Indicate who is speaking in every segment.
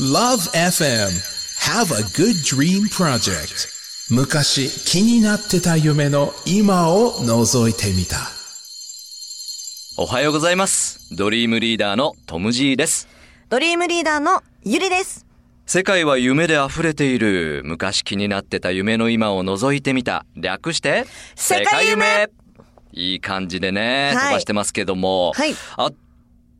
Speaker 1: Love FM Have a Good Dream Project 昔気になってた夢の今を覗いてみた
Speaker 2: おはようございます。ドリームリーダーのトム・ジーです。
Speaker 3: ドリームリーダーのゆりです。
Speaker 2: 世界は夢で溢れている。昔気になってた夢の今を覗いてみた。略して、
Speaker 3: 世界夢
Speaker 2: いい感じでね、
Speaker 3: はい
Speaker 2: 飛ばしてますけども。
Speaker 3: はい
Speaker 2: あっ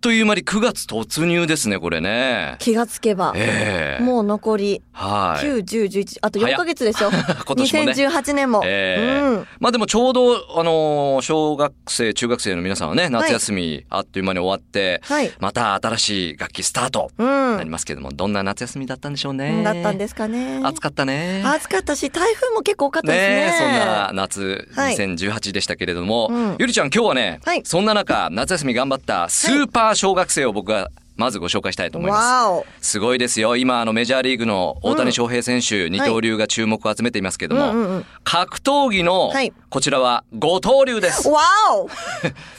Speaker 2: という間に9月突入ですね、これね。
Speaker 3: 気がつけば、
Speaker 2: ええ
Speaker 3: もう残り
Speaker 2: はい。
Speaker 3: 9、10、11、あと
Speaker 2: 早っ
Speaker 3: 4ヶ月です よ。
Speaker 2: 今年もね
Speaker 3: 2018年も。
Speaker 2: ええまあでもちょうど、あのー小学生、中学生の皆さんはね、夏休み、あっという間に終わって、
Speaker 3: はい
Speaker 2: また新しい楽器スタート、
Speaker 3: うん。
Speaker 2: なりますけども、どんな夏休みだったんでしょう
Speaker 3: うん。
Speaker 2: ね。。
Speaker 3: だったんですすかね。
Speaker 2: 暑かったね。
Speaker 3: 暑かったし、台風も結構多かった
Speaker 2: ね
Speaker 3: ですね。
Speaker 2: え、そんな夏
Speaker 3: はい
Speaker 2: 2018でしたけれども、
Speaker 3: うん
Speaker 2: ゆりちゃん今日はね、
Speaker 3: はい
Speaker 2: そんな中夏休み頑張ったスーパー小学生を僕がまずご紹介したいと思います。
Speaker 3: わお。
Speaker 2: すごいですよ。今、あの、メジャーリーグの大谷翔平選手、二刀流が注目を集めていますけども、
Speaker 3: うんうんうん
Speaker 2: 格闘技の
Speaker 3: はい、
Speaker 2: こちらは五刀流です。
Speaker 3: わ お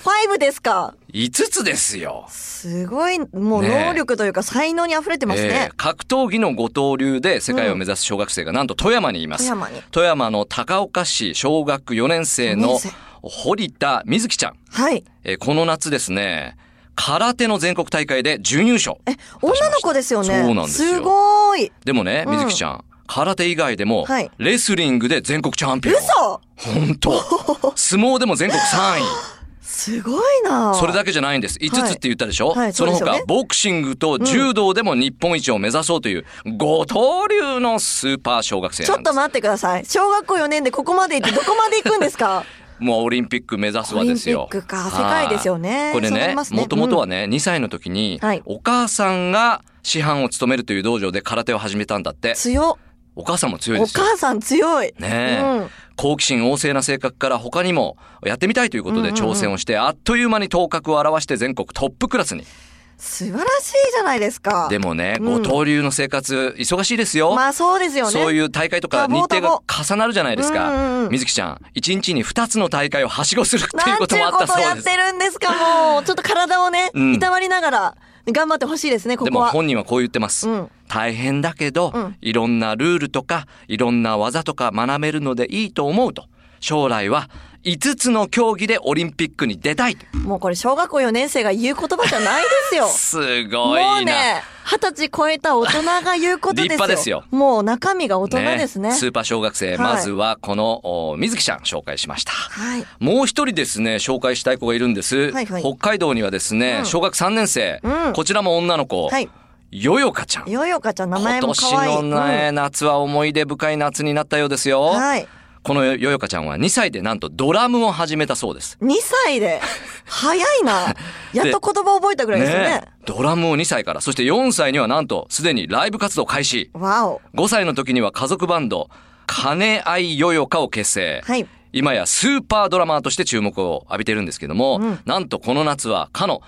Speaker 3: !5 ですか
Speaker 2: 五つですよ。
Speaker 3: すごい、もう
Speaker 2: ねえ
Speaker 3: 能力というか才能に溢れてますね
Speaker 2: えー。格闘技の五刀流で世界を目指す小学生がなんと富山にいます。
Speaker 3: 富山に
Speaker 2: 富山の高岡市小学4年生の
Speaker 3: 四年生
Speaker 2: 堀田瑞希ちゃん。
Speaker 3: はい。
Speaker 2: えーこの夏ですね、空手の全国大会で準優勝。
Speaker 3: え、女の子ですよね。
Speaker 2: そうなんですよ
Speaker 3: ごい。
Speaker 2: でもね、
Speaker 3: うん
Speaker 2: 水木ちゃん、空手以外でも
Speaker 3: はい、
Speaker 2: レスリングで全国チャンピオン。
Speaker 3: 嘘
Speaker 2: 本 当相撲でも全国3位。
Speaker 3: すごいな
Speaker 2: それだけじゃないんです。5つって言ったでしょ、
Speaker 3: はい
Speaker 2: その
Speaker 3: そうで
Speaker 2: 他
Speaker 3: すよね、
Speaker 2: ボクシングと柔道でも日本一を目指そうという、五刀流のスーパー小学生
Speaker 3: ちょ
Speaker 2: な
Speaker 3: っ
Speaker 2: んで
Speaker 3: と
Speaker 2: す。
Speaker 3: 待ってください。小学校4年でここまで行ってどこまで行くんで すか
Speaker 2: もうオリンピック目指すわですよ。
Speaker 3: オリンピックか
Speaker 2: はい
Speaker 3: 世界ですよね
Speaker 2: これ
Speaker 3: そうな
Speaker 2: ね、
Speaker 3: りますね
Speaker 2: もともとはね、2歳の時に
Speaker 3: はい、
Speaker 2: お母さんが師範を務めるという道場で空手を始めたんだって。
Speaker 3: 強
Speaker 2: お母さんも強い
Speaker 3: お
Speaker 2: ですよ。
Speaker 3: 母さん強い。
Speaker 2: ねえ、
Speaker 3: うん
Speaker 2: 好奇心旺盛な性格から他にもやってみたいということで
Speaker 3: うんうんうん
Speaker 2: 挑戦をして、あっという間に頭角を現して全国トップクラスに。
Speaker 3: 素晴らしいじゃないですか。
Speaker 2: でもね、
Speaker 3: うん
Speaker 2: ご当流の生活忙しいですよ。
Speaker 3: まあそうですよね。
Speaker 2: そういう大会とか
Speaker 3: 多
Speaker 2: 日
Speaker 3: 忙
Speaker 2: 程が重なるじゃないです
Speaker 3: うんうん
Speaker 2: か
Speaker 3: う。ん
Speaker 2: 水木ちゃん、1日に2つの大会をはしごするってい
Speaker 3: な
Speaker 2: うんこと
Speaker 3: ちゅ
Speaker 2: もあ
Speaker 3: う
Speaker 2: った
Speaker 3: こ
Speaker 2: そ
Speaker 3: とや
Speaker 2: うで
Speaker 3: っ
Speaker 2: す。
Speaker 3: てるんですか、もう。ちょっと体をね、
Speaker 2: うん
Speaker 3: いたわりながら頑張ってほしいですね、こ
Speaker 2: で
Speaker 3: こ
Speaker 2: も
Speaker 3: は。
Speaker 2: 本人はこう言ってます。
Speaker 3: うん
Speaker 2: 大変だけど、
Speaker 3: うん
Speaker 2: いろんなルールとか、いろんな技とか学べるのでいいと思うと。将来は5つの競技でオリンピックに出たいと。
Speaker 3: もうこれ小学校4年生が言う言葉じゃないですよ。
Speaker 2: す
Speaker 3: も
Speaker 2: ごいな。
Speaker 3: うね、二十歳超えた大人が言うことです
Speaker 2: 立
Speaker 3: よ。
Speaker 2: 派ですよ
Speaker 3: もう中身が大人ですね。
Speaker 2: スーパー小学生、
Speaker 3: い
Speaker 2: まずはこの、お水木ちゃん紹介しました。
Speaker 3: はい。
Speaker 2: もう一人ですね、紹介したい子がいるんです。
Speaker 3: はいはい
Speaker 2: 北海道にはですね、
Speaker 3: うん
Speaker 2: 小学3年生、
Speaker 3: うん
Speaker 2: こちらも女の子、
Speaker 3: はい。
Speaker 2: よよかちゃん。
Speaker 3: よよかちゃん名前
Speaker 2: 今
Speaker 3: も
Speaker 2: 年
Speaker 3: 可愛い。
Speaker 2: のね、夏は思い出深い夏になったようですよ。
Speaker 3: うんはい。
Speaker 2: このよよかちゃんは2歳でなんとドラムを始めたそうです。
Speaker 3: 2歳で。早いな。 やっと言葉覚えたぐらいですよね。
Speaker 2: えドラムを2歳から、そして4歳にはなんとすでにライブ活動開始。
Speaker 3: わお。
Speaker 2: 5歳の時には家族バンド、金愛よよかを結成。
Speaker 3: はい。
Speaker 2: 今やスーパードラマーとして注目を浴びてるんですけども、
Speaker 3: うん
Speaker 2: なんとこの夏はかの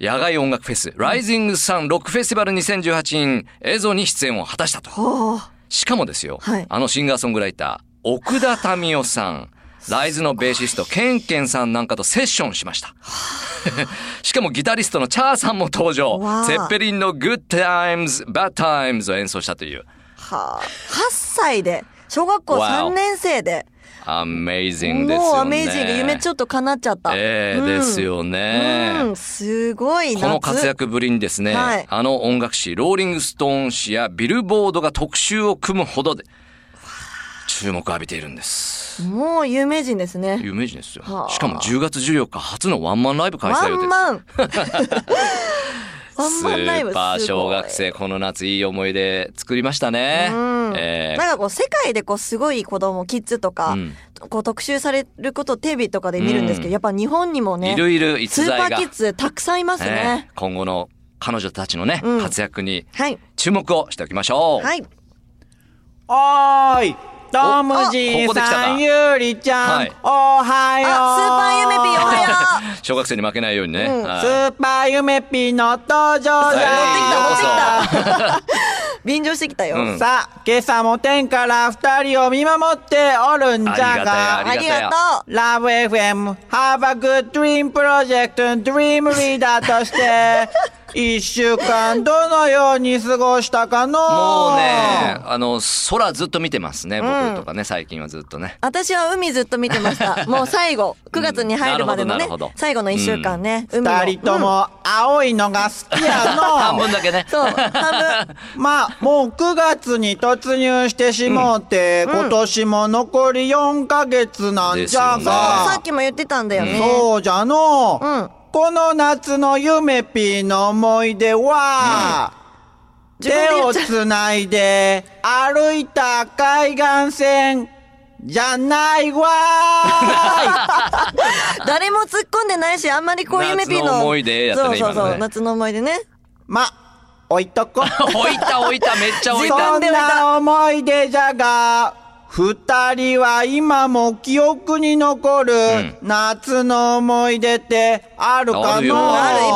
Speaker 2: 野外音楽フェス、ライジングサンロックフェスティバル 2018in 映像に出演を果たしたと。
Speaker 3: ほう。
Speaker 2: しかもですよ、
Speaker 3: はい
Speaker 2: あのシンガーソングライター、奥田民生 さん、ライズのベーシスト、ケンケンさんなんかとセッションしました。 しかもギタリストのチャーさんも登場
Speaker 3: わ。あ
Speaker 2: ゼッペリンのグッドタイムズ、バッタイムズを演奏したという。
Speaker 3: はあ。8歳で。小学校
Speaker 2: わお
Speaker 3: 3年生で。
Speaker 2: アメイジングですよね。
Speaker 3: もうアメイジング。夢ちょっと叶っちゃった。
Speaker 2: ええ
Speaker 3: うん
Speaker 2: ですよね。
Speaker 3: うん。すごい夏
Speaker 2: この活。躍ぶりにですね、
Speaker 3: はい
Speaker 2: あの音楽誌、ローリングストーン誌やビルボードが特集を組むほどで、注目を浴びているんです。
Speaker 3: もう有名人ですね。
Speaker 2: 有名人ですよ
Speaker 3: は。あ
Speaker 2: しかも10月14日初のワンマンライブ開
Speaker 3: ワ
Speaker 2: 催予定
Speaker 3: ン
Speaker 2: です。
Speaker 3: マ ン。ワン
Speaker 2: ス
Speaker 3: マンライブ
Speaker 2: ー
Speaker 3: すごい。
Speaker 2: パー小学生、この夏いい思い出作りましたね。
Speaker 3: うん
Speaker 2: え
Speaker 3: なんかこう世界でこうすごい子供キッズとか、
Speaker 2: うん
Speaker 3: こう特集されることをテレビとかで見るんですけど、
Speaker 2: うん
Speaker 3: やっぱ日本にも
Speaker 2: え
Speaker 3: ね
Speaker 2: いろいろ逸
Speaker 3: スーパ
Speaker 2: 材
Speaker 3: ー
Speaker 2: が、
Speaker 3: キッズたくさんいますね
Speaker 2: え。え今後の彼女たちのね、
Speaker 3: うん
Speaker 2: 活躍に
Speaker 3: はい
Speaker 2: 注目をしておきましょう。
Speaker 3: はい
Speaker 4: おーいトムジ
Speaker 2: おあここで来
Speaker 4: ー
Speaker 2: た
Speaker 4: さ
Speaker 2: か
Speaker 4: ん、ゆりちゃん、
Speaker 2: はい
Speaker 4: おはよう
Speaker 3: あスーパーゆめぴーおはよ
Speaker 2: 小学生に負けないようにね。
Speaker 3: うん
Speaker 2: はい
Speaker 4: スーパーゆめぴーの登場だ
Speaker 2: 乗ってきた乗ってきた
Speaker 3: う便乗してきたよ、
Speaker 2: うん
Speaker 4: さあ、今朝も天から二人を見守っておるんじ
Speaker 2: ありがた
Speaker 4: ゃ
Speaker 2: いありがたい
Speaker 4: が
Speaker 3: ありがとう
Speaker 4: ラブ FM Have a Good Dream Project Dream Leader として一週間どのように過ごしたかの
Speaker 2: もうね、あの、空ずっと見てますね、僕とかね、最近はずっとね。
Speaker 3: 私は海ずっと見てました。もう最後、9月に入るまでの
Speaker 2: な
Speaker 3: ね
Speaker 2: るほどなるほ、ど
Speaker 3: 最後の1週間ね、海を
Speaker 4: 二人とも青いのが好きや
Speaker 2: 半
Speaker 4: の
Speaker 2: 分だけね。
Speaker 3: そう、半分。
Speaker 4: ま あもう9月に突入してしもうて、今年も残り4ヶ月なんじゃ
Speaker 2: ですよね
Speaker 3: さ
Speaker 4: が
Speaker 3: っ、きも言ってたんだよね。
Speaker 4: そうじゃの、
Speaker 3: うん
Speaker 4: この夏のゆめぴーの思い出は、
Speaker 3: 自
Speaker 4: 手
Speaker 3: 分で言
Speaker 4: を
Speaker 3: っちゃう
Speaker 4: つないで歩いた海岸線じゃないわ
Speaker 3: 誰も突っ込んでないし、あんまりこういうメピの。
Speaker 2: 夏の思い出やったね
Speaker 3: そうそう
Speaker 2: 今
Speaker 3: そ
Speaker 2: の
Speaker 3: う、
Speaker 2: ね
Speaker 3: 夏の思い出ね。
Speaker 4: ーま、置いとこ。
Speaker 2: 置いた置いた、めっちゃ置いた
Speaker 3: 時間。
Speaker 4: そんな思い出じゃが、二人は今も記憶に残る
Speaker 2: ん
Speaker 4: 夏の思い出ってある
Speaker 3: あ
Speaker 4: かの
Speaker 3: るいっ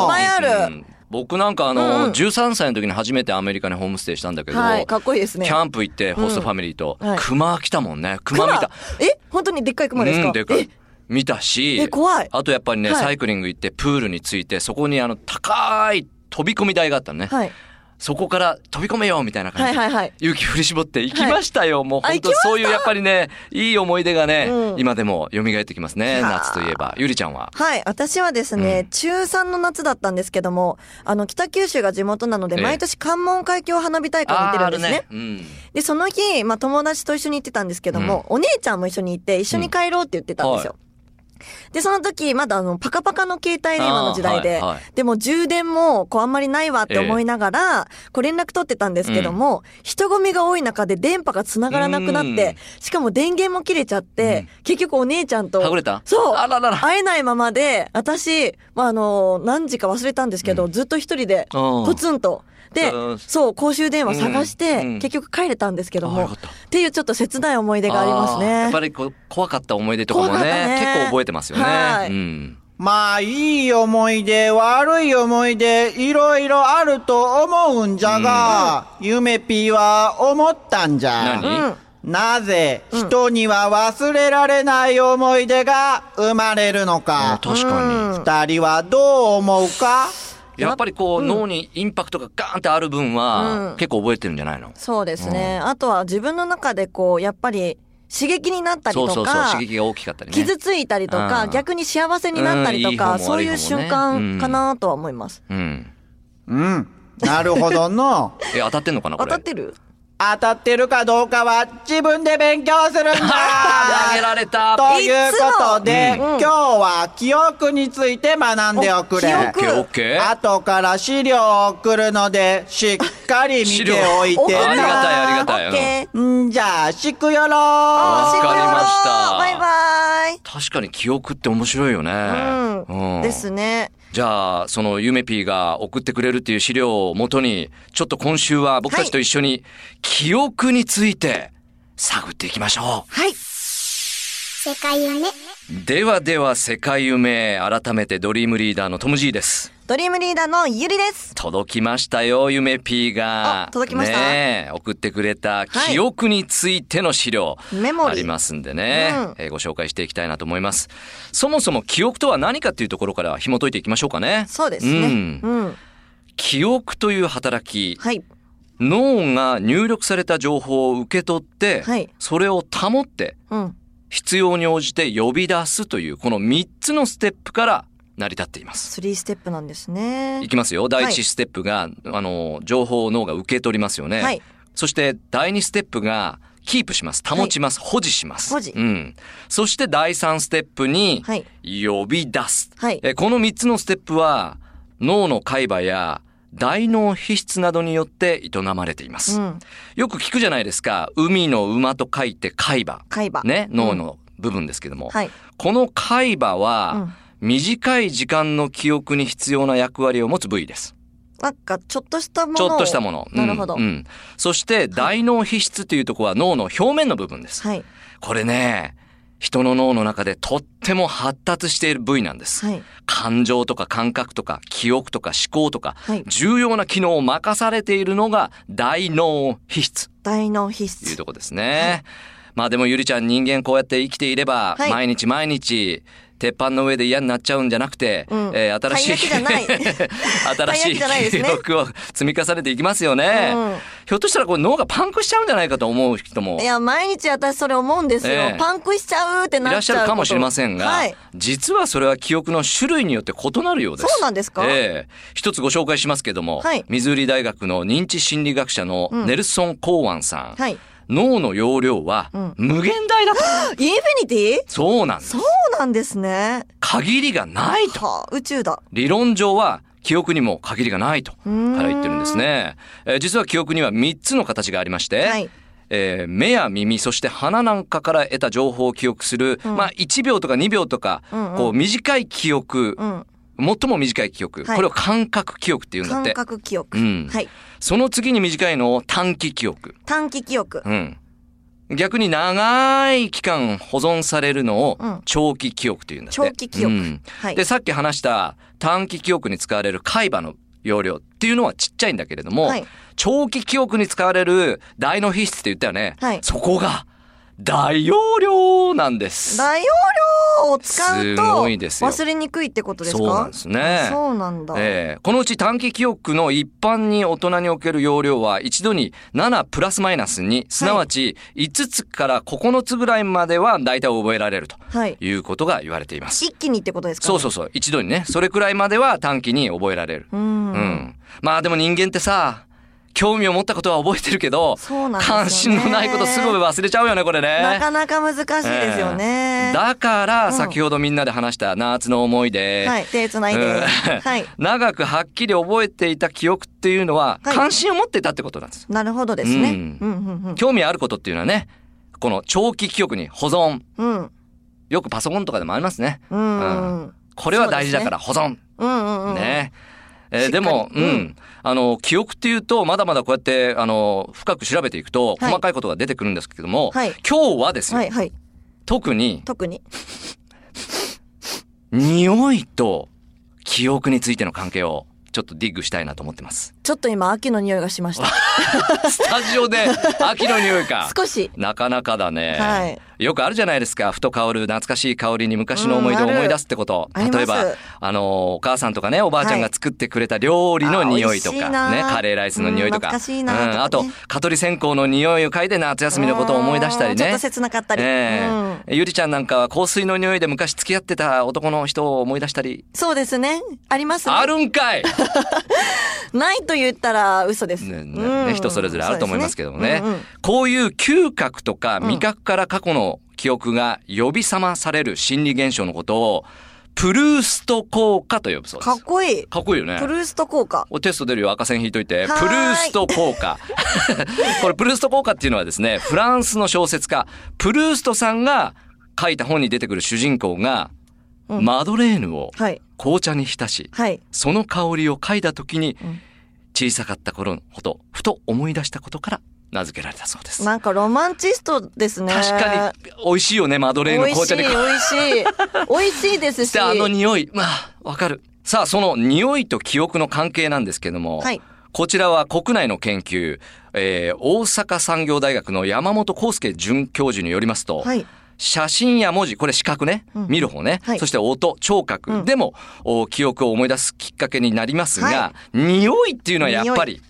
Speaker 3: ぱいある
Speaker 2: うん僕なんかあの、13歳の時に初めてアメリカにホームステイしたんだけど、
Speaker 3: はいかっこいいですね
Speaker 2: キャンプ行って、ホストファミリーと、
Speaker 3: うんはい
Speaker 2: 熊来たもんね。熊見た。
Speaker 3: え本当にでっかい熊ですか
Speaker 2: うん、でかい
Speaker 3: え。
Speaker 2: 見たし、
Speaker 3: え怖い
Speaker 2: あとやっぱりね、
Speaker 3: はい
Speaker 2: サイクリング行ってプールについて、そこにあの、高い飛び込み台があったのね。
Speaker 3: はい。
Speaker 2: そこから飛び込めよみたいな感じで。
Speaker 3: はいはいはい
Speaker 2: 勇気振り絞って行きましたよ。もう
Speaker 3: あ
Speaker 2: 本
Speaker 3: 行き
Speaker 2: 当
Speaker 3: ました
Speaker 2: そういうやっぱりね、いい思い出がね、
Speaker 3: うん
Speaker 2: 今でも蘇ってきますね。
Speaker 3: はあ
Speaker 2: 夏といえば。ゆりちゃんは。
Speaker 3: はい。私はですね、中3の夏だったんですけども、あの、北九州が地元なの
Speaker 2: え
Speaker 3: で、
Speaker 2: え
Speaker 3: 毎年関門海峡花火大会に行ってるんですね。
Speaker 2: あーあるね。
Speaker 3: で、その日、まあ、友達と一緒に行ってたんですけども、お姉ちゃんも一緒に行って、一緒に帰ろうって言ってたんですよ。で、その時、まだあの、パカパカの携帯電話の時代で、
Speaker 2: あーはいはい
Speaker 3: でも充電も、こう、あんまりないわって思いながら、こう、連絡取ってたんですけども、人混みが多い中で電波が繋がらなくなっ
Speaker 2: うん
Speaker 3: て、しかも電源も切れちゃって、結局お姉ちゃんと、
Speaker 2: はぐれた
Speaker 3: そう
Speaker 2: あららら
Speaker 3: 会えないままで、私、まあ、あの、何時か忘れたんですけど、ずっと一人で、
Speaker 2: うん
Speaker 3: ポツンと。で
Speaker 2: うん、
Speaker 3: そう、公衆電話探して、
Speaker 2: うんうん
Speaker 3: 結局帰れたんですけど
Speaker 2: あ
Speaker 3: も、
Speaker 2: よ
Speaker 3: っ
Speaker 2: かった
Speaker 3: ていうちょっと切ない思い出
Speaker 2: うん。
Speaker 3: があります
Speaker 2: ーや
Speaker 3: ね
Speaker 2: っぱ。りこう怖かった思い出とかもね
Speaker 3: 怖かったね
Speaker 2: 結構覚えてますよね。
Speaker 3: はい
Speaker 2: うん。
Speaker 4: まあ、いい思い出、悪い思い出、いろいろあると思うんじゃが、ゆめぴーは思ったんじゃ。
Speaker 2: 何
Speaker 3: うん。
Speaker 4: なぜ、人には忘れられない思い出が生まれるの
Speaker 2: あ
Speaker 4: か。
Speaker 2: 確かに。
Speaker 4: 二人はどう思うか
Speaker 2: やっぱりこう、脳にインパクトがガーンってある分は、
Speaker 3: うん
Speaker 2: 結構覚えてるんじゃないの
Speaker 3: そうですね。あとは自分の中でこう、やっぱり刺激になったり
Speaker 2: そ
Speaker 3: と
Speaker 2: う
Speaker 3: か、
Speaker 2: そうそう刺激が大きかったりね。
Speaker 3: 傷ついたりと
Speaker 2: う
Speaker 3: か、
Speaker 2: ん
Speaker 3: 逆に幸せになったりと
Speaker 2: うん
Speaker 3: か、
Speaker 2: いい方も
Speaker 3: そうい
Speaker 2: 悪
Speaker 3: う
Speaker 2: い方もね
Speaker 3: 瞬間かなとは思います。
Speaker 2: うん。
Speaker 4: うん。なるほどの。
Speaker 2: え当たってんのかなこれ。
Speaker 3: 当たってる
Speaker 4: 当たってるかどうかは自分で勉強するんだ
Speaker 2: あー投げられた。
Speaker 4: ということで、
Speaker 3: いつもうん
Speaker 4: 今日は記憶について学んでおくれ。
Speaker 3: お記
Speaker 2: オッケーオッケー。
Speaker 4: 後から資料を送るので、しっかり見
Speaker 2: で
Speaker 4: ておいて
Speaker 2: 資料ありがたいあ
Speaker 4: な。
Speaker 2: りがたい
Speaker 3: オッケー。
Speaker 4: んじゃあ、しくよろ
Speaker 2: わ
Speaker 3: あ
Speaker 2: かりました
Speaker 3: バイバイ。
Speaker 2: 確かに記憶って面白いよね。
Speaker 3: うん。ですね。
Speaker 2: じゃあ、そのゆめぴーが送ってくれるっていう資料をもとに、ちょっと今週は僕たちと一緒に記憶について探っていきましょ
Speaker 3: はい。
Speaker 5: 世界夢
Speaker 2: う。ではでは世界夢、改めてドリームリーダーのトム・ジーです。
Speaker 3: ドリームリーダーのゆりです。
Speaker 2: 届きましたよ、ゆめぴーが。
Speaker 3: あ届きました
Speaker 2: ねえ、送ってくれた記憶についての資料。
Speaker 3: メモリー
Speaker 2: ありますんでね、
Speaker 3: うん
Speaker 2: えーご紹介していきたいなと思います。そもそも記憶とは何かっていうところから紐解いていきましょうかね。
Speaker 3: そうですね。
Speaker 2: うん
Speaker 3: うん。
Speaker 2: 記憶という働き、
Speaker 3: はい。
Speaker 2: 脳が入力された情報を受け取って、
Speaker 3: はい
Speaker 2: それを保って、
Speaker 3: うん。
Speaker 2: 必要に応じて呼び出すという、この3つのステップから成り立っています。
Speaker 3: スリーステップなんですね。
Speaker 2: いきますよ。第
Speaker 3: は
Speaker 2: 1
Speaker 3: い
Speaker 2: ステップが、あの、情報を脳が受け取りますよね。
Speaker 3: はい
Speaker 2: そして、第2ステップが、キープします。保ちます。保持します。
Speaker 3: 保持
Speaker 2: うん。そして、第3ステップに
Speaker 3: はい、
Speaker 2: 呼び出す。
Speaker 3: はい
Speaker 2: えこの3つのステップは、脳の海馬や大脳皮質などによって営まれています。
Speaker 3: うん。
Speaker 2: よく聞くじゃないですか。海の馬と書いて海馬。
Speaker 3: 海馬。
Speaker 2: ね、脳の部分ですけども。
Speaker 3: はい。
Speaker 2: この海馬は、短い時間の記憶に必要な役割を持つ部位です。
Speaker 3: なんか、ちょっとしたもの
Speaker 2: ち
Speaker 3: を。
Speaker 2: ょっとしたもの。うん
Speaker 3: なるほど。
Speaker 2: うんそして、大脳皮質というところは脳の表面の部分です。
Speaker 3: はい。
Speaker 2: これね、人の脳の中でとっても発達している部位なんです。
Speaker 3: はい。
Speaker 2: 感情とか感覚とか記憶とか思考とか、
Speaker 3: はい
Speaker 2: 重要な機能を任されているのが大脳皮質
Speaker 3: 大脳皮
Speaker 2: という
Speaker 3: 質。
Speaker 2: ところですね。まあでもゆりちゃん人間こうやって生きていれば、
Speaker 3: はい
Speaker 2: 毎日毎日、鉄板の上で嫌になっちゃうんじゃなくて、
Speaker 3: うん
Speaker 2: えー新しい、
Speaker 3: たい焼きじゃ
Speaker 2: 新しい
Speaker 3: たい焼きじゃないです
Speaker 2: 記
Speaker 3: ね
Speaker 2: 録を積み重ねていきますよね。
Speaker 3: うん
Speaker 2: ひょっとしたらこれ脳がパンクしちゃうんじゃないかと思う人も
Speaker 3: いや、毎日私それ思うんですよ。
Speaker 2: ええ
Speaker 3: パンクしちゃうって
Speaker 2: い
Speaker 3: な
Speaker 2: ら
Speaker 3: っ
Speaker 2: っ
Speaker 3: ち
Speaker 2: し
Speaker 3: ゃう
Speaker 2: ゃ
Speaker 3: こと
Speaker 2: るかもしれませんが、
Speaker 3: はい。
Speaker 2: 実はそれは記憶の種類によって異なるようです。
Speaker 3: そうなんですか
Speaker 2: ええ一つご紹介しますけども、
Speaker 3: はい
Speaker 2: ミズーリ大学の認知心理学者の
Speaker 3: ん
Speaker 2: ネルソン・コーワンさん。
Speaker 3: はい。
Speaker 2: 脳の容量は
Speaker 3: うん
Speaker 2: 無限大だと。
Speaker 3: インフィニティ
Speaker 2: そうなんです
Speaker 3: そ。うなんですね。
Speaker 2: 限りがないと。
Speaker 3: はあ、宇宙だ。
Speaker 2: 理論上は記憶にも限りがないと
Speaker 3: ーん
Speaker 2: 彼は言ってるんですね。えー実は記憶には3つの形がありまして、
Speaker 3: はい
Speaker 2: えー目や耳そして鼻なんかから得た情報を記憶する、まあ1秒とか2秒とか、
Speaker 3: うんうん
Speaker 2: こう短い記憶、
Speaker 3: うん。
Speaker 2: 最も短い記憶、
Speaker 3: はい
Speaker 2: これを感覚記憶っていうんだっ
Speaker 3: 感
Speaker 2: て
Speaker 3: 覚記憶。
Speaker 2: うん
Speaker 3: はい。
Speaker 2: その次に短いのを短期記憶、
Speaker 3: 短期記憶。
Speaker 2: うん、逆に長い期間保存されるのを
Speaker 3: うん
Speaker 2: 長期記憶っていうんだって
Speaker 3: 長期記憶
Speaker 2: うん
Speaker 3: はい
Speaker 2: で、。さっき話した短期記憶に使われる海馬の容量っていうのはちっちゃいんだけれども、
Speaker 3: はい
Speaker 2: 長期記憶に使われる大脳皮質って言ったよね。
Speaker 3: はい
Speaker 2: そこが大容量なんです。
Speaker 3: 大容量を使うと
Speaker 2: すごいですよ
Speaker 3: 忘れにくいってことですか
Speaker 2: そうなんですね
Speaker 3: そうなんだ。
Speaker 2: ええこのうち短期記憶の一般に大人における容量は一度に7プラスマイナス2、すなわち5つから9つぐらいまでは大体覚えられると
Speaker 3: はい。
Speaker 2: いうことが言われています。
Speaker 3: 一気にってことですか、ね、
Speaker 2: そうそうそう。一度にね、それくらいまでは短期に覚えられる。
Speaker 3: う。うん。
Speaker 2: うん。まあでも人間ってさ、興味を持ったことは覚えてるけど、
Speaker 3: そうなんですよね
Speaker 2: 関心のないことすぐ忘れちゃうよね、これ
Speaker 3: な
Speaker 2: ね。
Speaker 3: かなか難しいですよね。
Speaker 2: だから、
Speaker 3: ん
Speaker 2: 先ほどみんなで話した夏の思い出。
Speaker 3: はい。手つないで。
Speaker 2: うん
Speaker 3: はい。
Speaker 2: 長くはっきり覚えていた記憶っていうのは、
Speaker 3: はい
Speaker 2: 関心を持ってたってことなんです。
Speaker 3: なるほどですね。
Speaker 2: う
Speaker 3: うんん、うん、
Speaker 2: 興味あることっていうのはね、この長期記憶に保存。
Speaker 3: うん。うん。
Speaker 2: よくパソコンとかでもありますね。
Speaker 3: うん。
Speaker 2: うこれは大事だから保存。
Speaker 3: うんうんうん。
Speaker 2: ね。
Speaker 3: し
Speaker 2: え
Speaker 3: っか
Speaker 2: ー
Speaker 3: り
Speaker 2: でも、う。
Speaker 3: うん
Speaker 2: あの、記憶っていうと、まだまだこうやって、あの、深く調べていくと、
Speaker 3: はい
Speaker 2: 細かいことが出てくるんですけども、
Speaker 3: はい
Speaker 2: 今日はですよ、
Speaker 3: はいはい。
Speaker 2: 特に、
Speaker 3: 特に。
Speaker 2: 匂いと記憶についての関係を、ちょっとディッグしたいなと思って ます。
Speaker 3: ちょっと今、秋の匂いがしました。
Speaker 2: スタジオで、秋の匂いか。
Speaker 3: 少し。
Speaker 2: なかなかだね、
Speaker 3: はい
Speaker 2: よくあるじゃないですか。ふと香る懐かしい香りに昔の思い出を
Speaker 3: うんある
Speaker 2: 思い出すってこと。
Speaker 3: あります
Speaker 2: 例えば、あの、お母さんとかね、おばあちゃんが作ってくれた料理の匂いとか、
Speaker 3: あ美味しい
Speaker 2: ね、
Speaker 3: な
Speaker 2: カレーライスの匂いとか。
Speaker 3: うん懐かしいなとかね
Speaker 2: うんあと、蚊取り線香の匂いを嗅いで夏休みのことを思い出したりね。
Speaker 3: うんちょっと切なかったり。
Speaker 2: ええ
Speaker 3: うん
Speaker 2: ゆりちゃんなんかは香水の匂いで昔付き合ってた男の人を思い出したり。
Speaker 3: そうですね。ありますね。
Speaker 2: あるんかい、
Speaker 3: ないと言ったら嘘です。
Speaker 2: ね
Speaker 3: う
Speaker 2: ね
Speaker 3: ん
Speaker 2: 人それぞれあると思いますけどもね
Speaker 3: そうです
Speaker 2: こういう嗅覚とか味覚から過去の記憶が呼び覚まされる心理現象のことをプルースト効果と呼ぶそう
Speaker 3: う
Speaker 2: で
Speaker 3: んかっ
Speaker 2: す。
Speaker 3: こいい。
Speaker 2: かっこいいよね
Speaker 3: プ。ルースト効果。
Speaker 2: おテスト出るよ赤線引いといて。
Speaker 3: はー
Speaker 2: プ
Speaker 3: い
Speaker 2: ルースト効果。 これプルースト効果っていうのはですね、フランスの小説家、プルーストさんが書いた本に出てくる主人公が、
Speaker 3: うん
Speaker 2: マドレーヌを
Speaker 3: はい。
Speaker 2: 紅茶に浸し、
Speaker 3: はい。
Speaker 2: その香りを嗅いだ時に
Speaker 3: うん、
Speaker 2: 小さかった頃のこと、ふと思い出したことから名付けられたそうです。
Speaker 3: なんかロマンチストですね。
Speaker 2: 確かに、美味しいよね、マドレーヌ
Speaker 3: 美味
Speaker 2: 紅
Speaker 3: し
Speaker 2: 茶
Speaker 3: い、美
Speaker 2: で。
Speaker 3: 味 しい。美味しいですし。
Speaker 2: で、あの匂い、まあ、わかる。さあ、その匂いと記憶の関係なんですけども、
Speaker 3: はい
Speaker 2: こちらは国内の研究、えー大阪産業大学の山本康介准教授によりますと、
Speaker 3: はい。
Speaker 2: 写真や文字、これ視覚ね、
Speaker 3: うん
Speaker 2: 見る方ね、
Speaker 3: はい
Speaker 2: そして音、聴覚、
Speaker 3: うん
Speaker 2: でもお記憶を思い出すきっかけになりますが、
Speaker 3: は
Speaker 2: 匂いっていうのはやっぱり、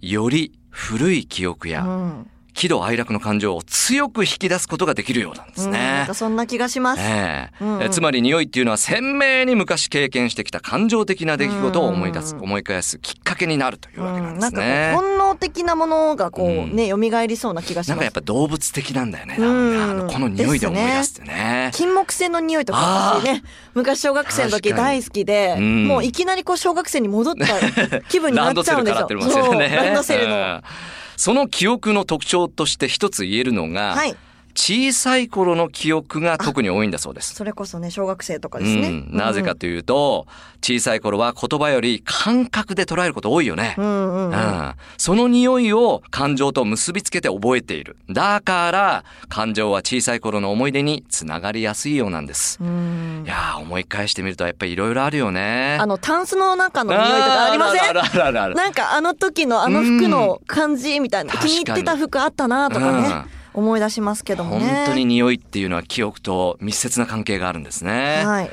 Speaker 2: より古い記憶
Speaker 3: う
Speaker 2: や
Speaker 3: ん。
Speaker 2: 喜怒哀楽の感情を強く引き出すことができるようなんです
Speaker 3: うん
Speaker 2: ね
Speaker 3: なん。かそんな気がします。
Speaker 2: ええ
Speaker 3: うんうん
Speaker 2: えつまり匂いっていうのは鮮明に昔経験してきた感情的な出来事を思い出す、
Speaker 3: うん
Speaker 2: 思い返すきっかけになるというわけなん
Speaker 3: うん
Speaker 2: で
Speaker 3: な
Speaker 2: す
Speaker 3: んか
Speaker 2: ね。
Speaker 3: こう本能的なものがこう
Speaker 2: うん
Speaker 3: ね、蘇りそうな気がし
Speaker 2: なん
Speaker 3: ま
Speaker 2: かやっ
Speaker 3: す。
Speaker 2: ぱ動物的なんだよね。
Speaker 3: うん
Speaker 2: あのこの匂いで思い出すってね。
Speaker 3: 金木犀の匂いとか私ね、昔小学生の
Speaker 2: 確
Speaker 3: 時
Speaker 2: かに
Speaker 3: 大好きで、
Speaker 2: うん
Speaker 3: もういきなりこう小学生に戻った気分にな
Speaker 2: ラン
Speaker 3: っ
Speaker 2: ド
Speaker 3: ち
Speaker 2: セ
Speaker 3: ゃうん
Speaker 2: ル
Speaker 3: で
Speaker 2: から
Speaker 3: すよ
Speaker 2: っ。てるもんね。
Speaker 3: そう、
Speaker 2: それね
Speaker 3: ランドセルの。
Speaker 2: うん その記憶の特徴として一つ言えるのが、
Speaker 3: はい。
Speaker 2: 小さい頃の記憶が特に多いんだそうです。
Speaker 3: それこそね、小学生とかですね。
Speaker 2: うん、なぜかというと、小さい頃は言葉より感覚で捉えること多いよね。
Speaker 3: うんうん。う
Speaker 2: う
Speaker 3: んうん。
Speaker 2: んその匂いを感情と結びつけて覚えている。だから、感情は小さい頃の思い出につながりやすいようなんです。
Speaker 3: うん
Speaker 2: いやー、思い返してみるとやっぱりいろいろあるよね。
Speaker 3: あの、タンスの中の匂いとかありませ
Speaker 2: あ
Speaker 3: ん
Speaker 2: るあるあるあるある。
Speaker 3: なんかあの時のあの服の感じみたいな、
Speaker 2: うん
Speaker 3: 気に入ってた服あったなとかね。
Speaker 2: うん
Speaker 3: 思い出しますけど
Speaker 2: 本
Speaker 3: もね。
Speaker 2: 当に。匂いっていうのは記憶と密接な関係があるんですね。
Speaker 3: はい。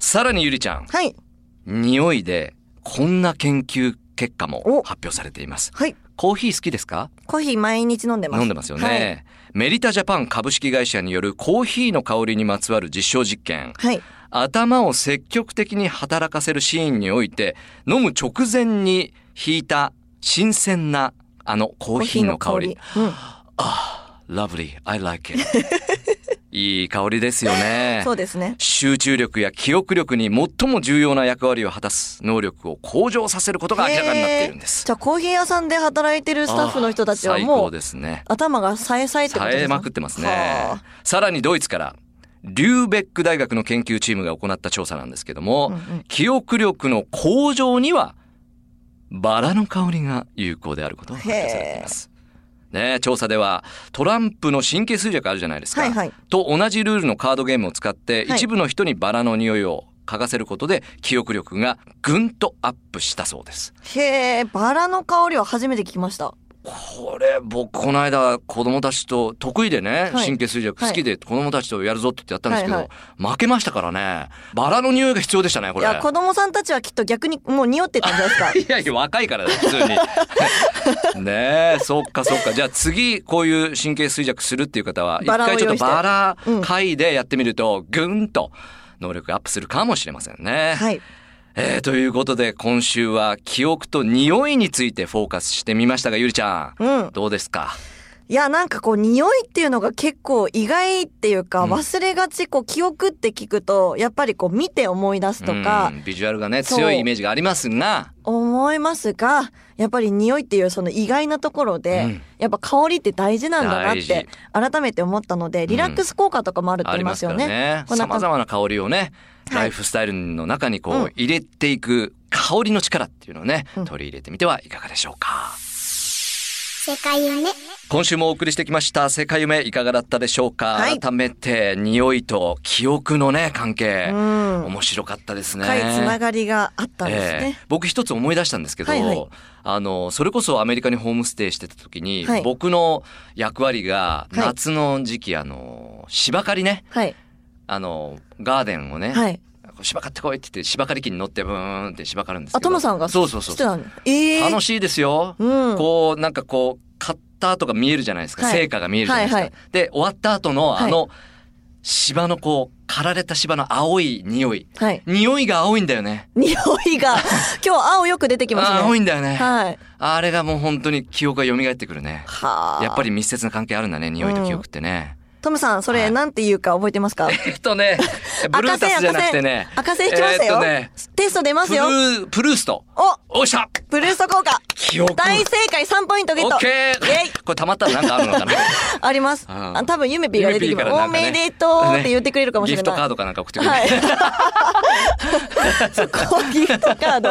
Speaker 2: さらにゆりちゃん、
Speaker 3: はい。
Speaker 2: 匂いでこんな研究結果も
Speaker 3: お
Speaker 2: 発表されています。
Speaker 3: はい。
Speaker 2: コーヒー好きですか
Speaker 3: コーヒー毎日飲んでます。
Speaker 2: 飲んでますよね、
Speaker 3: はい
Speaker 2: メリタジャパン株式会社によるコーヒーの香りにまつわる実証実験。
Speaker 3: はい。
Speaker 2: 頭を積極的に働かせるシーンにおいて、飲む直前に引いた新鮮なあのコーヒーの香り。
Speaker 3: コーヒーの香
Speaker 2: lovely, I like it. いい香りですよ
Speaker 3: り。う
Speaker 2: ね
Speaker 3: ん。。そうですね。
Speaker 2: 集中力や記憶力に最も重要な役割を果たす能力を向上させることが明らかになっているんで
Speaker 3: へー
Speaker 2: す。
Speaker 3: じゃあコーヒー屋さんで働いてるスタッフの人たち
Speaker 2: あ
Speaker 3: は
Speaker 2: ー最
Speaker 3: も
Speaker 2: 高
Speaker 3: う
Speaker 2: ですね。
Speaker 3: 頭がさえさえってことです
Speaker 2: 冴
Speaker 3: ね
Speaker 2: えまくってますね
Speaker 3: は。
Speaker 2: さらにドイツから、リューベック大学の研究チームが行った調査なんですけども、
Speaker 3: うんうん
Speaker 2: 記憶力の向上には、バラの香りが有効であることが発表されています。ねえ調査では、トランプの神経衰弱あるじゃないですか。
Speaker 3: はいはい
Speaker 2: と同じルールのカードゲームを使って、
Speaker 3: はい
Speaker 2: 一部の人にバラの匂いを嗅がせることで、記憶力がぐんとアップしたそうです。
Speaker 3: あへえバラの香りは初めて聞きました
Speaker 2: これ僕この間子供たちと得意でね、
Speaker 3: はい
Speaker 2: 神経衰弱好きで子供たちとやるぞって言ってやったんですけど、
Speaker 3: はい
Speaker 2: 負けましたからねバラの匂いが必要でしたねこ
Speaker 3: い
Speaker 2: れ。
Speaker 3: や子供さんたちはきっと逆にもう匂ってたんじゃな いで
Speaker 2: い
Speaker 3: す
Speaker 2: やいや若いからだよ普通に。 ねえそっかそっかじゃあ次こういう神経衰弱するっていう方は一
Speaker 3: バラを
Speaker 2: 回ちょっ
Speaker 3: 用
Speaker 2: と
Speaker 3: 意して
Speaker 2: バラ
Speaker 3: うん
Speaker 2: 嗅いでやってみるとぐんと能力がアップするかもしれませんね。
Speaker 3: かはい
Speaker 2: えーということで今週は記憶と匂いについてフォーカスしてみましたがゆりちゃん、
Speaker 3: うん
Speaker 2: どうですか
Speaker 3: いやなんかこう匂いっていうのが結構意外っていうか
Speaker 2: うん
Speaker 3: 忘れがちこう記憶って聞くとやっぱりこう見て思い出すとか
Speaker 2: うんビジュアルがね
Speaker 3: そう
Speaker 2: 強いイメージがありますが
Speaker 3: 思いますがやっぱり匂いっていうその意外なところで、
Speaker 2: うん
Speaker 3: やっぱ香りって大事なんだなっ
Speaker 2: 大事
Speaker 3: て改めて思ったのでリラックス効果とかもあるって
Speaker 2: あ
Speaker 3: 言い
Speaker 2: り
Speaker 3: ま
Speaker 2: ますすか
Speaker 3: よ
Speaker 2: ら
Speaker 3: ね。
Speaker 2: ね
Speaker 3: こんな
Speaker 2: さ
Speaker 3: 感
Speaker 2: ま
Speaker 3: じ
Speaker 2: ざまな香りをね、
Speaker 3: はい
Speaker 2: ライフスタイルの中にこ
Speaker 3: う
Speaker 2: うん入れていく香りの力っていうのをね、
Speaker 3: うん
Speaker 2: 取り入れてみてはいかがでしょうか
Speaker 5: 世界夢
Speaker 2: 今週もお送りしてきました「世界夢」いかがだったでしょうか、
Speaker 3: はい
Speaker 2: 改めて匂いと記憶のね関係、
Speaker 3: うん
Speaker 2: 面白かったですね。
Speaker 3: 深いつながりがあったんですね。
Speaker 2: ええ僕一つ思い出したんですけど、
Speaker 3: はいはい
Speaker 2: あのそれこそアメリカにホームステイしてた時に、
Speaker 3: はい
Speaker 2: 僕の役割が
Speaker 3: はい
Speaker 2: 夏の時期、あの芝刈りね
Speaker 3: はい。
Speaker 2: あのガーデンをね、
Speaker 3: はい。
Speaker 2: 芝刈ってこいって言って芝刈り機に乗ってブーンって芝刈るんですけど
Speaker 3: あ、トムさんが
Speaker 2: そうそうそう
Speaker 3: してたのええ
Speaker 2: 楽しいですよ、
Speaker 3: うん
Speaker 2: こうなんかこう買った後が見えるじゃないですか、
Speaker 3: はい
Speaker 2: 成果が見えるじゃないですか、
Speaker 3: はいは
Speaker 2: で終わった後の
Speaker 3: はい
Speaker 2: あの、芝のこう刈られた芝の青い匂い
Speaker 3: はい。
Speaker 2: 匂いが青いんだよね
Speaker 3: 匂い が、今日青よく出てきますね。
Speaker 2: あ青いんだよね、
Speaker 3: はい。
Speaker 2: あれがもう本当に記憶が蘇ってくるね。
Speaker 3: はあ。
Speaker 2: やっぱり密接な関係あるんだね、匂いと記憶ってね。
Speaker 3: トムさん、それなんて言うか覚えてますか
Speaker 2: えっとね、ブルータスじゃなくてね、
Speaker 3: 赤線いきました
Speaker 2: えーっ
Speaker 3: よ、
Speaker 2: とね
Speaker 3: テスト出ま
Speaker 2: プ
Speaker 3: す
Speaker 2: ル
Speaker 3: よ。
Speaker 2: ー、プルースト。
Speaker 3: お
Speaker 2: おっしゃ
Speaker 3: プルースト効果。
Speaker 2: 記憶。
Speaker 3: 大正解3ポイントゲッ
Speaker 2: オ
Speaker 3: ト。
Speaker 2: ッケ
Speaker 3: イェイ
Speaker 2: ーこれ溜まったらなんかある のかな
Speaker 3: あります。
Speaker 2: うん
Speaker 3: あ多分ゆめぴーが出てきます。
Speaker 2: ゆめぴーからな
Speaker 3: お
Speaker 2: んかね
Speaker 3: めでとうって言ってくれるかもしれない。
Speaker 2: ギフトカードかなんか送ってくれる。
Speaker 3: はい。そこギフトカー ド。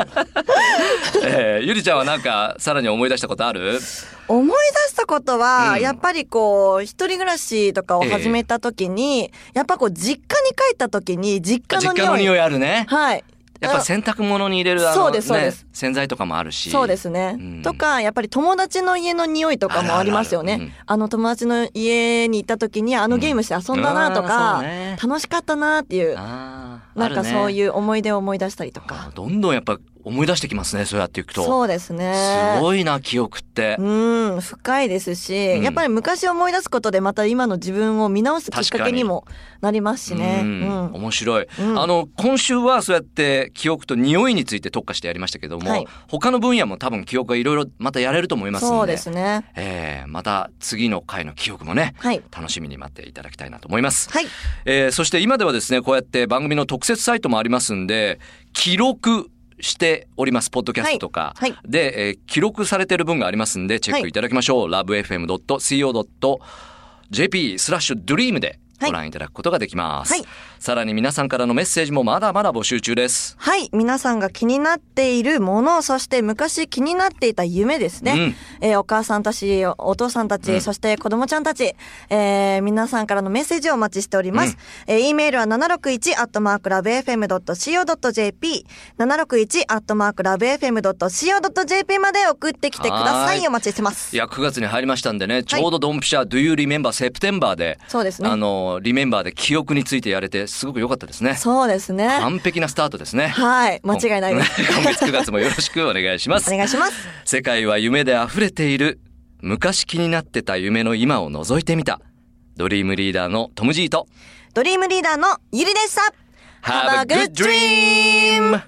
Speaker 2: えーゆりちゃんはなんか、さらに思い出したことある
Speaker 3: 思い出したことは、
Speaker 2: うん
Speaker 3: やっぱりこう、一人暮らしとかを始めた時に、やっぱこう、実家に帰った時に、実家の
Speaker 2: 実家
Speaker 3: 匂い。
Speaker 2: の匂いあるね。
Speaker 3: はい。
Speaker 2: やっぱ
Speaker 3: あ
Speaker 2: 洗濯物に入れるあ
Speaker 3: そ
Speaker 2: の、
Speaker 3: うですそうで
Speaker 2: ね
Speaker 3: す、
Speaker 2: 洗剤とかもあるし。
Speaker 3: そうですね。
Speaker 2: うん
Speaker 3: とか、やっぱり友達の家の匂いとかもありますよね。
Speaker 2: あ
Speaker 3: あ
Speaker 2: るあるある
Speaker 3: の友達の家に行った時に、あのゲームして遊んだなと
Speaker 2: うんあーそ
Speaker 3: か、
Speaker 2: うね
Speaker 3: 楽しかったなっていう、
Speaker 2: あー。
Speaker 3: なんかそう
Speaker 2: う。
Speaker 3: いう思い出を思い出したりとか。
Speaker 2: どんどんやっぱ思い出してきますね、そうやっていくと。
Speaker 3: そうですね。
Speaker 2: すごいな、記憶って。
Speaker 3: うん、深いですし、
Speaker 2: うん
Speaker 3: やっぱり昔を思い出すことでまた今の自分を見直すきっかけにもなりますしね。
Speaker 2: う
Speaker 3: うんん。
Speaker 2: 面白い、
Speaker 3: うん
Speaker 2: あの今週はそうやって記憶と匂いについて特化してやりましたけども、
Speaker 3: はい
Speaker 2: 他の分野も多分記憶がいろいろまたやれると思いますので
Speaker 3: そうですね。
Speaker 2: えーまた次の回の記憶もね、
Speaker 3: はい
Speaker 2: 楽しみに待っていただきたいなと思います、
Speaker 3: はい。
Speaker 2: えーそして今ではですねこうやって番組の特設サイトもありますんで記録しておりますポッドキャストとか、
Speaker 3: はいは
Speaker 2: で、えー記録されてる分がありますんでチェックいただきましょう、lovefm.co.jp スラッシュドリームで
Speaker 3: はい
Speaker 2: ご覧いただくことができます。
Speaker 3: はい
Speaker 2: さらに皆さんからのメッセージもまだまだ募集中です。
Speaker 3: はい。皆さんが気になっているもの、そして昔気になっていた夢ですね。えーお母さんたち、お父さんたち、そして子供ちゃんたち、えー皆さんからのメッセージをお待ちしております。えー、e メールは761アットマークラブ FM.co.jp、761アットマークラブ FM.co.jp まで送ってきてくださ。
Speaker 2: はいーい
Speaker 3: お待ちしてます
Speaker 2: い。や、9月に入りましたんでね、ちょうどドンピシャ、Do You Remember September で、
Speaker 3: そうですね
Speaker 2: あの、リメンバーで記憶についてやれて、すごく良かったですね。
Speaker 3: そうですね。
Speaker 2: 完璧なスタートですね。
Speaker 3: はい。間違いないです。
Speaker 2: 今月9月もよろしくお願いします
Speaker 3: お。願いします。
Speaker 2: 世界は夢で溢れている。昔気になってた夢の今を覗いてみた。ドリームリーダーのトム・ジーと。
Speaker 3: ドリームリーダーのゆりでした。
Speaker 2: Have a good dream!